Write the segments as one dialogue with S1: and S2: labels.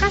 S1: 阪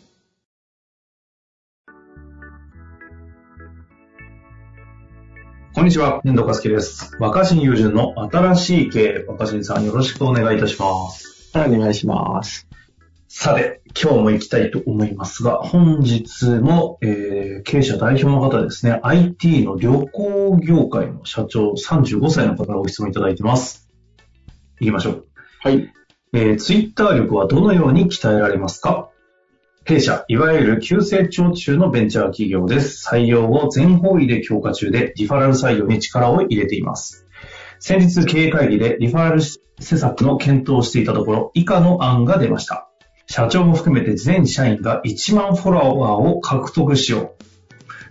S2: こんにちは、遠藤和樹です。若新友人の新しい経営、若新さんよろしくお願いいたします。
S3: はい、お願いします。
S2: さて、今日も行きたいと思いますが、本日も、えー経営者代表の方ですね、IT の旅行業界の社長、35歳の方からご質問いただいてます。行きましょう。
S3: はい。
S2: えー、ツイッター力はどのように鍛えられますか弊社、いわゆる急成長中のベンチャー企業です。採用を全方位で強化中で、リファラル採用に力を入れています。先日、経営会議でリファラル施策の検討をしていたところ、以下の案が出ました。社長も含めて全社員が1万フォロワーを獲得しよう。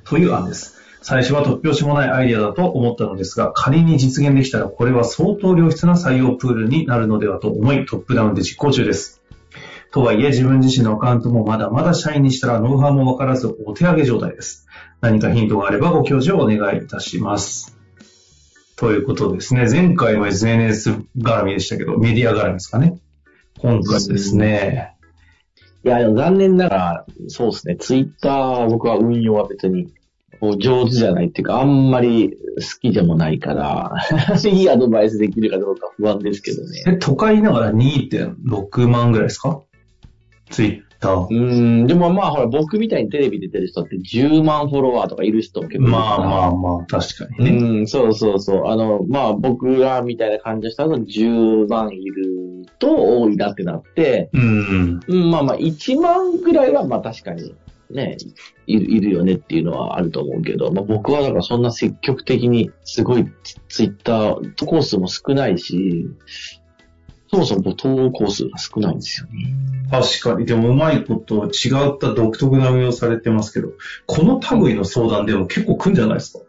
S2: という案です。最初は突拍子もないアイデアだと思ったのですが、仮に実現できたらこれは相当良質な採用プールになるのではと思い、トップダウンで実行中です。とはいえ自分自身のアカウントもまだまだ社員にしたらノウハウもわからずお手上げ状態です。何かヒントがあればご教授をお願いいたします。ということですね。前回は SNS 絡みでしたけど、メディア絡みですかね。今回ですね。
S3: いや、でも残念ながら、そうですね、ツイッター、僕は運用は別に、こう上手じゃないっていうか、あんまり好きでもないから、 いいアドバイスできるかどうか不安ですけどね。
S2: え、都会ながら2.6万ぐらいですかツイッター。
S3: うん、でもまあほら、僕みたいにテレビ出てる人って10万フォロワーとかいる人も結構いるから
S2: まあまあまあ、確かにね。
S3: うん、そうそうそう。あの、まあ僕がみたいな感じの人だと10万いると多いなってなって、
S2: うん。
S3: うん、まあまあ、1万ぐらいは、まあ確かに、ね、いるいるよねっていうのはあると思うけど、まあ僕はだからそんな積極的に、すごいツツイッター、投稿数も少ないし、そもそも投稿数が少ないんですよね。
S2: 確かに。でもうまいこと違った独特な運用されてますけど、この類の相談でも結構来んじゃないですか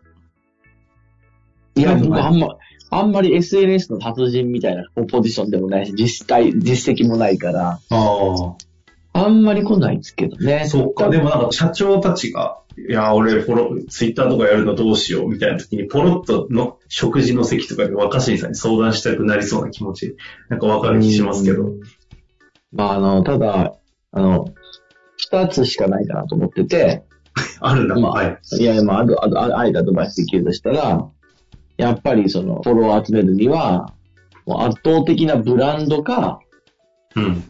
S3: いや、
S2: うん
S3: 僕あんま、あんまり SNS の達人みたいなポジションでもないし、実際、実績もないから、
S2: あ
S3: あんまり来ないんですけどね。
S2: あ。そうか。でもなんか社長たちが、いや、俺フォロ、ツイッターとかやるのどうしようみたいな時に、ポロッとの食事の席とかで若新さんに相談したくなりそうな気持ち、なんかわかる気しますけ
S3: う
S2: ど。
S3: ん。まああの、ただ、あの、二つしかないかなと思ってて、
S2: あるんだ。
S3: まあ
S2: はい。
S3: いや、まあ、あと、あと、ああえてアドバイスできるとしたら、やっぱりその、フォロワー集めるには、もう圧倒的なブランドか、
S2: うん。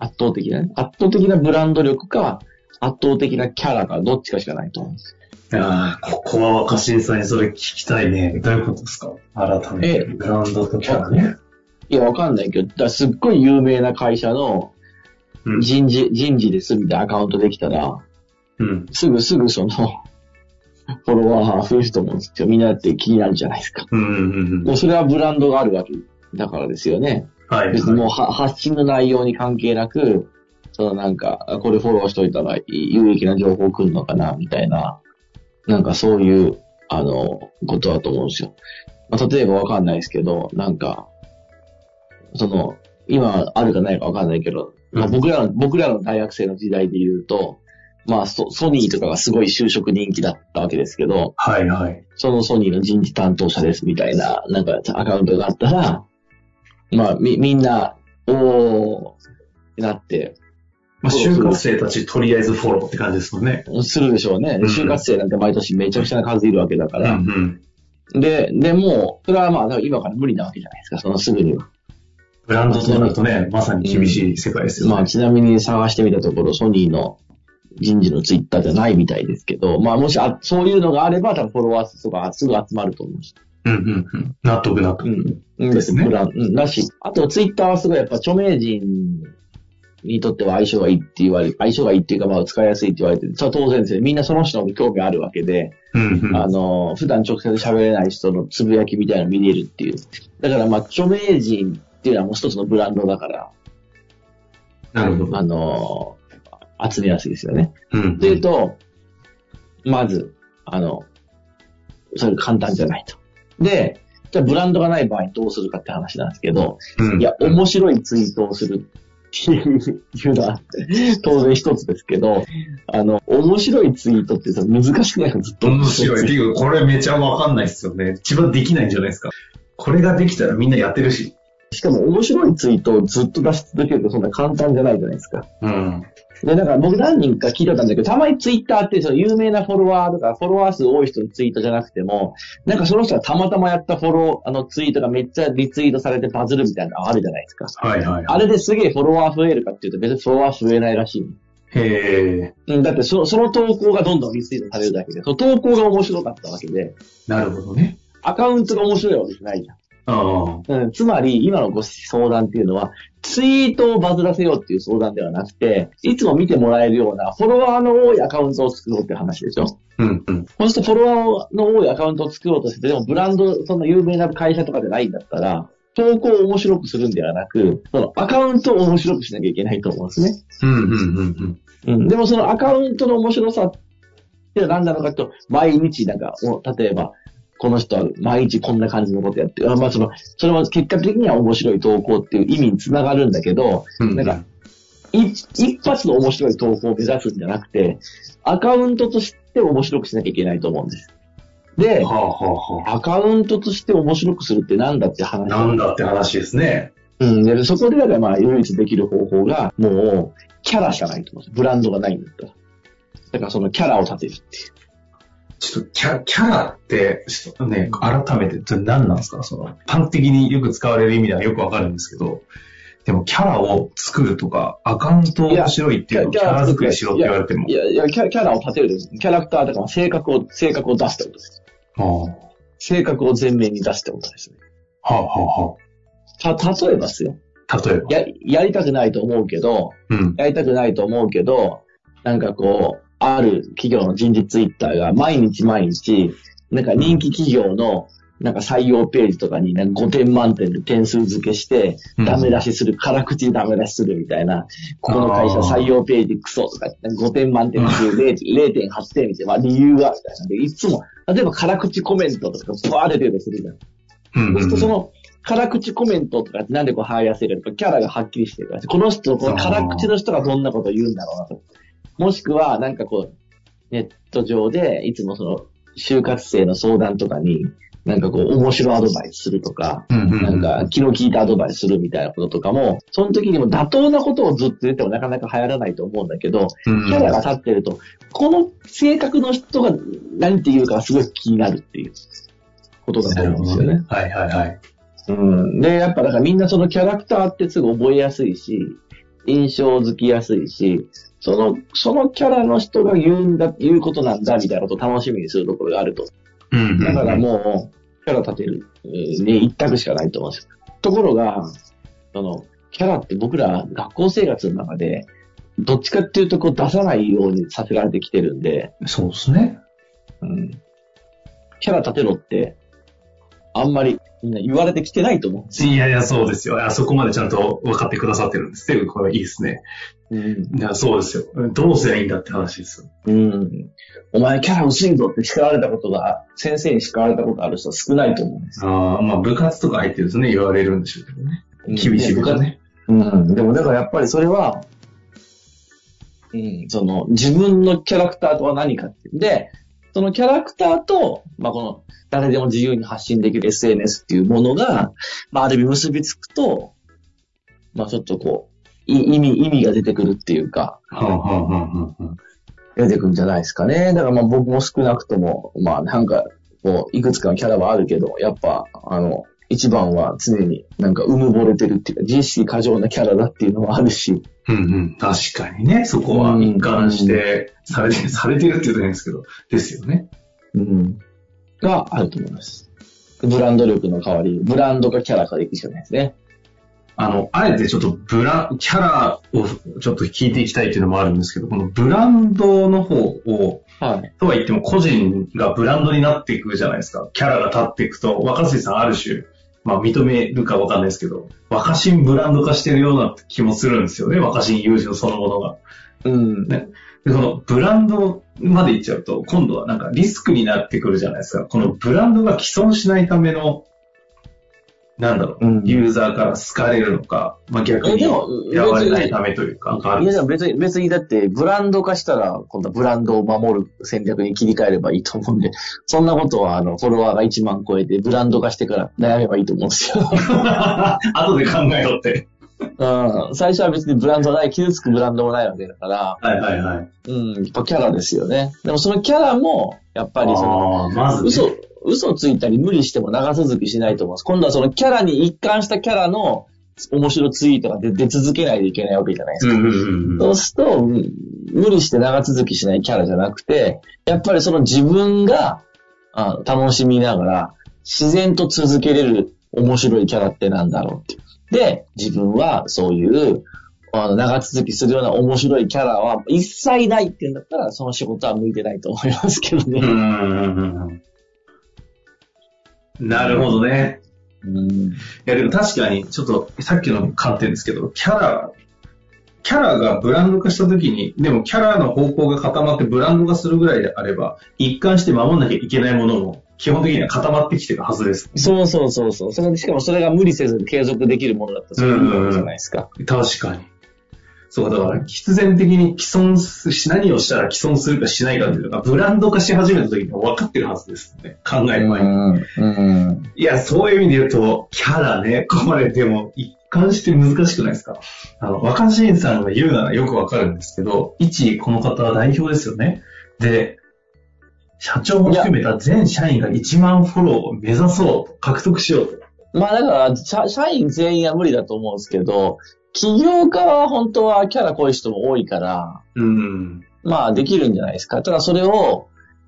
S3: 圧倒的なね、圧倒的なブランド力か、圧倒的なキャラか、どっちかしかないと思うんです
S2: ああ、ここは若新さんにそれ聞きたいね。どういうことですか改めて。
S3: ええ
S2: ブランドとキャラね。
S3: いや、わかんないけど、だからすっごい有名な会社の
S2: うん。
S3: 人事、人事ですみたいなアカウントできたら、
S2: うん。
S3: すぐすぐその、フォロワー増えると思うんですけど、みんなだって気になるじゃないですか。
S2: うんうんう
S3: で
S2: ん。
S3: もそれはブランドがあるわけだからですよね。
S2: はい。
S3: 別にもうは発信の内容に関係なく、そのなんか、あこれフォローしといたらい有益な情報来るのかな、みたいな、なんかそういう、あの、ことだと思うんですよ。まあ、例えばわかんないですけど、なんか、その、今あるかないかわかんないけど、まあ、
S2: うん
S3: 僕らの、僕らの大学生の時代で言うと、まあソ、ソニーとかがすごい就職人気だったわけですけど、
S2: はいはい。
S3: そのソニーの人事担当者ですみたいな、なんかアカウントがあったら、まあ、み、みんな、おーってなって、
S2: まあ、
S3: そう
S2: 就活生たちとりあえずフォローって感じですもんね。
S3: するでしょうね。
S2: うん
S3: 就活生なんて毎年めちゃくちゃな数いるわけだか
S2: うんう
S3: ら。
S2: ん。
S3: で、でも、それはまあ、今から無理なわけじゃないですか、そのすぐには。
S2: ブランドとなるとね、まさに厳しい世界ですよね。
S3: まあ、ちなみに探してみたところ、ソニーの人事のツイッターじゃないみたいですけど、まあ、もしあ、そういうのがあれば、多分フォロワー数とかすぐ集まると思うし。
S2: うんうんうん。納得納得。
S3: うん。
S2: ですね
S3: ブランうんだし、あとツイッターはすごいやっぱ著名人にとっては相性がいいって言われ、相性がいいっていうかまあ使いやすいって言われてる、それは当然ですよ。みんなその人の興味あるわけで、
S2: うんうん。
S3: あの、普段直接喋れない人のつぶやきみたいなの見れるっていう。だからまあ著名人っていうのはもう一つのブランドだから、
S2: なるほど。
S3: あの、集めやすいですよね。
S2: うん
S3: というと、まず、あの、それ簡単じゃないと。で、じゃあブランドがない場合どうするかって話なんですけど、
S2: うん。
S3: いや、面白いツイートをするっていういうのは、当然一つですけど、あの、面白いツイートってさ、難しくないのずっと。
S2: 面白い。っていうか、これめちゃわかんないっすよね。一番できないんじゃないですか。これができたらみんなやってるし。
S3: しかも面白いツイートをずっと出し続けるとそんな簡単じゃないじゃないですか。
S2: うん。
S3: で、なんか僕何人か聞いたことあるんだけど、たまにツイッターってその有名なフォロワーとか、フォロワー数多い人のツイートじゃなくても、なんかその人がたまたまやったフォロー、あのツイートがめっちゃリツイートされてバズるみたいなのあるじゃないですか。
S2: はいはい。
S3: あれですげえフォロワー増えるかっていうと別にフォロワー増えないらしい。
S2: へえ。
S3: うん、だってそその投稿がどんどんリツイートされるだけで、その投稿が面白かったわけで、
S2: なるほどね。
S3: アカウントが面白いわけじゃないじ
S2: あ
S3: ゃん。うん、つまり、今のご相談っていうのは、ツイートをバズらせようっていう相談ではなくて、いつも見てもらえるようなフォロワーの多いアカウントを作ろうっていう話でしょ。
S2: あ。うんうん。
S3: そうするとフォロワーの多いアカウントを作ろうとして、でもブランド、その有名な会社とかでないんだったら、投稿を面白くするんではなく、そのアカウントを面白くしなきゃいけないと思うんですね。
S2: うんうんうん
S3: うん、でもそのアカウントの面白さって何なのかと、毎日なんか、お例えば、この人は毎日こんな感じのことやってる。あまあその、それは結果的には面白い投稿っていう意味につながるんだけど、
S2: うん。
S3: なんか、一一発の面白い投稿を目指すんじゃなくて、アカウントとして面白くしなきゃいけないと思うんです。で、
S2: はあはあはあ。
S3: アカウントとして面白くするってなんだって話。
S2: なんだって話ですね。
S3: うん。で、そこでだからまあ唯一できる方法が、もう、キャラしかないと思うんですブランドがないんだったら。だからそのキャラを立てるっていう。
S2: ちょっとキャキャラって、ちょっとね、改めて、それ何なんですかその、端的によく使われる意味ではよくわかるんですけど、でもキャラを作るとか、アカウントを面白いっていうのをキャラ作りしろって言われても
S3: い。やいや、キャキャラを立てるです。キャラクターとかまあ性格を、性格を出すってことです。
S2: ああは
S3: 性格を前面に出すってことですね。
S2: あはあは
S3: た、例えばですよ。
S2: あ。例えば。
S3: や、やりたくないと思うけど、
S2: うん。
S3: やりたくないと思うけど、なんかこう、ある企業の人事ツイッターが毎日毎日、なんか人気企業の、なんか採用ページとかになんか5点満点で点数付けして、
S2: うん
S3: ダメ出しする、辛口ダメ出しするみたいな、ここの会社採用ページクソとか、5点満点中0 0.8点みたいな、まあ理由はみたいなんで、いつも、例えば辛口コメントとかバーで出るするじゃん。
S2: うん
S3: そううんす
S2: う
S3: ると
S2: ん
S3: その、辛口コメントとかってなんでこう入らせるか、やっぱキャラがはっきりしてるから、この人、この辛口の人がどんなことを言うんだろうなと。もしくは、なんかこう、ネット上で、いつもその、就活生の相談とかに、なんかこう、面白いアドバイスするとか、
S2: うんうん
S3: な
S2: うんん
S3: か、気の利いたアドバイスするみたいなこととかも、その時にも妥当なことをずっと言ってもなかなか流行らないと思うんだけど、
S2: キ
S3: キャラが立ってると、この性格の人が何て言うかがすごい気になるっていうことだと
S2: なる
S3: 思うん
S2: ほ
S3: です
S2: ど
S3: よね
S2: ね。。はいはいはい。
S3: うん。で、やっぱだからみんなそのキャラクターってすぐ覚えやすいし、印象づきやすいし、その、そのキャラの人が言うんだ、言うことなんだみたいなことを楽しみにするところがあると。
S2: うん
S3: だからもう、キャラ立てる、うんね、一択しかないと思うんですよ。ところが、その、キャラって僕ら学校生活の中で、どっちかっていうとこう出さないようにさせられてきてるんで、
S2: うん。そうですね。
S3: うん。キャラ立てろって、あんまりみんな言われてきてないと思うんです
S2: いやいや、そうですよ。あそこまでちゃんと分かってくださってるんですね。これいいですね。
S3: よ。うん。
S2: いや、そうですよ。どうすりゃいいんだって話ですよ。
S3: うん。お前キャラ薄いぞって叱られたことが、先生に叱られたことある人は少ないと思うんです。
S2: ああ、まあ部活とか入ってるですね、言われるんでしょうけどね。厳しい部活ね。
S3: うん。でもだからやっぱりそれは、うん、その自分のキャラクターとは何かって。で、そのキャラクターと、まあ、この誰でも自由に発信できる SNS っていうものが、まあ、ある意味結びつくと、まあ、ちょっとこう、い意味、意味が出てくるっていうか、
S2: はあはあはあはあはあ
S3: 出てくるんじゃないですかね。だからまあ僕も少なくとも、まあなんか、こう、いくつかのキャラはあるけど、やっぱ、あの、一番は常になんかうむぼれてるっていうか、自意識過剰なキャラだっていうのはあるし、
S2: うんうん。確かにね、そこは一貫して、されて、されてるって言うと変ですけど、ですよね。
S3: うん、があると思います。ブランド力の代わり、ブランドかキャラかでいくしかないですね。
S2: あの、あえてちょっとブラ、キャラをちょっと聞いていきたいっていうのもあるんですけど、このブランドの方を、
S3: はい。
S2: とは言っても個人がブランドになっていくじゃないですか。キャラが立っていくと、若杉さんある種、まあ認めるかわかんないですけど、若新ブランド化してるような気もするんですよね。若新友情そのものが。
S3: うん。
S2: ねで、このブランドまで行っちゃうと、今度はなんかリスクになってくるじゃないですか。このブランドが既存しないための、なんだろう、
S3: うん
S2: ユーザーから好かれるのか、まあ、逆
S3: え
S2: に
S3: でも
S2: 嫌われないためというか、がある
S3: いや、でも別に、別にだって、ブランド化したら、今度はブランドを守る戦略に切り替えればいいと思うんで、そんなことは、あの、フォロワーが1万超えて、ブランド化してから悩めばいいと思うんです よ。
S2: 後で考えろ って。
S3: うん。最初は別にブランドない、傷つくブランドもないわけだから、
S2: はいはいはい。
S3: うん、やっぱキャラですよね。でもそのキャラも、やっぱりそ
S2: あ
S3: の、
S2: あ、まず、ね、
S3: 嘘、嘘ついたり無理しても長続きしないと思います。今度はそのキャラに一貫したキャラの面白ツイートが出出続けないといけないわけじゃないです
S2: う
S3: か。
S2: んうんうん
S3: そうすると、うん無理して長続きしないキャラじゃなくて、やっぱりその自分があ楽しみながら、自然と続けれる面白いキャラってなんだろうって。で、自分はそういう、あの、長続きするような面白いキャラは一切ないっていうんだったら、その仕事は向いてないと思いますけど
S2: う
S3: ね。
S2: んうんうんうん。なるほどね。
S3: うん
S2: いやでも確かに、ちょっとさっきの観点ですけど、キャラ、キャラがブランド化した時に、でもキャラの方向が固まってブランド化するぐらいであれば、一貫して守んなきゃいけないものも、基本的には固まってきてるはずです。
S3: そうそうそうそう。それしかもそれが無理せず継続できるものだったらそれいいわけじゃないですか。
S2: 確かに。そう、だから必然的に既存すし、何をしたら既存するかしないかっていうのが、ブランド化し始めた時には分かってるはずですね。考える前に。
S3: うんうん
S2: いや、そういう意味で言うと、キャラね、これでも一貫して難しくないですかあの、若新さんが言うならよくわかるんですけど、一、この方は代表ですよね。で、社長も含めた全社員が1万フォローを目指そうと、獲得しようと。
S3: まあだから社、社員全員は無理だと思うんですけど、起業家は本当はキャラ濃い人も多いから、
S2: うん。
S3: まあできるんじゃないですか。ただそれを、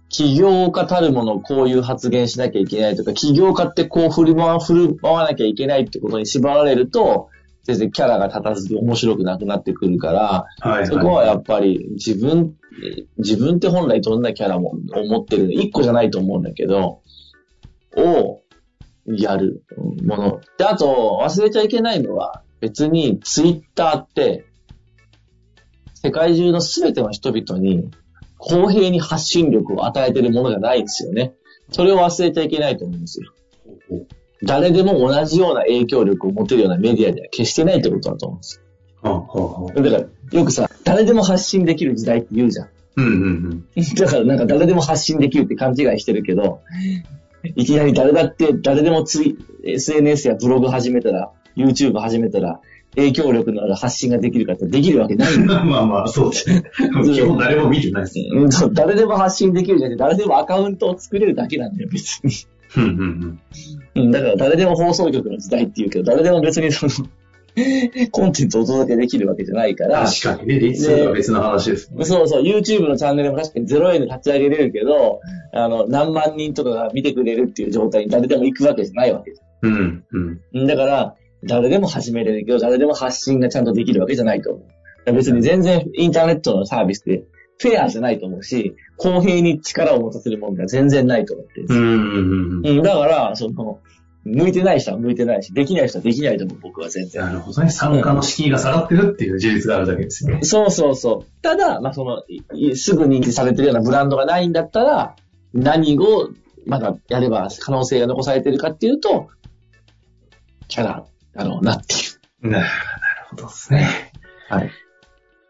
S3: 起業家たるものこういう発言しなきゃいけないとか、起業家ってこう振り回振る舞わなきゃいけないってことに縛られると、全然キャラが立たず面白くなくなってくるから、
S2: はい、
S3: そこはやっぱり自分、自分って本来どんなキャラも思ってるの、一個じゃないと思うんだけど、をやるもの。で、あと忘れちゃいけないのは、別にツイッターって、世界中の全ての人々に公平に発信力を与えてるものじゃないんですよね。それを忘れちゃいけないと思うんですよ。誰でも同じような影響力を持てるようなメディアでは決してないってことだと思うんですよ
S2: はあはあはあ
S3: だから、よくさ、誰でも発信できる時代って言うじゃん。
S2: うんうん
S3: だからなんか誰でも発信できるって勘違いしてるけど、いきなり誰だって、誰でもツイ SNS やブログ始めたら、YouTube 始めたら、影響力のある発信ができるかってできるわけない
S2: うん ん。
S3: だよ。
S2: まあまあ、そうですね。基本誰も見てないですね。
S3: うんそう誰でも発信できるじゃなくて、誰でもアカウントを作れるだけなんだよ、別に。
S2: うんうんうん。
S3: うん、だから誰でも放送局の時代って言うけど、誰でも別にその、コンテンツをお届けできるわけじゃないから、
S2: 確かにね、リッツとは別の話ですもんね。
S3: そうそう、YouTube のチャンネルも確かに0円で立ち上げれるけど、あの、何万人とかが見てくれるっていう状態に誰でも行くわけじゃないわけです。
S2: うんうん。
S3: んだから、誰でも始めれるけど、誰でも発信がちゃんとできるわけじゃないと思う。だから別に全然インターネットのサービスってフェアじゃないと思うし、公平に力を持たせるものが全然ないと思ってる
S2: うんうんうん。
S3: うん、だから、その、向いてない人は向いてないし、できない人はできないと思う、僕は全然。
S2: なるほどね。参加の敷居が下がってるっていう事実があるだけですよね。
S3: そうそうそう。ただ、まあ、その、いいすぐ認知されてるようなブランドがないんだったら、何を、まだやれば可能性が残されてるかっていうと、キャラだろうなってい
S2: ななるほどですね。
S3: う。はい。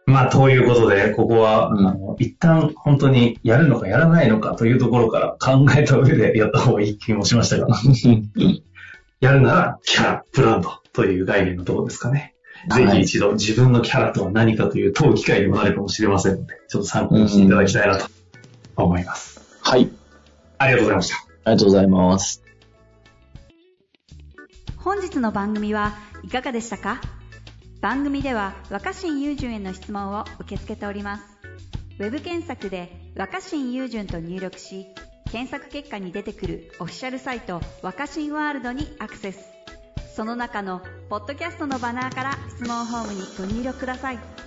S2: まあ、ということで、ここは、
S3: うん
S2: あの一旦本当にやるのかやらないのかというところから考えた上でやった方がいい気もしましたが、 やるならキャラ、ブランドという概念のところですかね。ぜ
S3: は
S2: ひ
S3: い
S2: 一度自分のキャラとは何かという問う機会にもなるかもしれませんので、ちょっと参考にしていただきたいなと思います。
S3: はい。
S2: ありがとうございました。
S3: ありがとうございます。
S1: 本日の番組はいかがでしたか番組では若新雄純への質問を受け付けておりますウェブ検索で「若新雄純」と入力し検索結果に出てくるオフィシャルサイト「若新ワールド」にアクセスその中の「ポッドキャスト」のバナーから質問フォームにご入力ください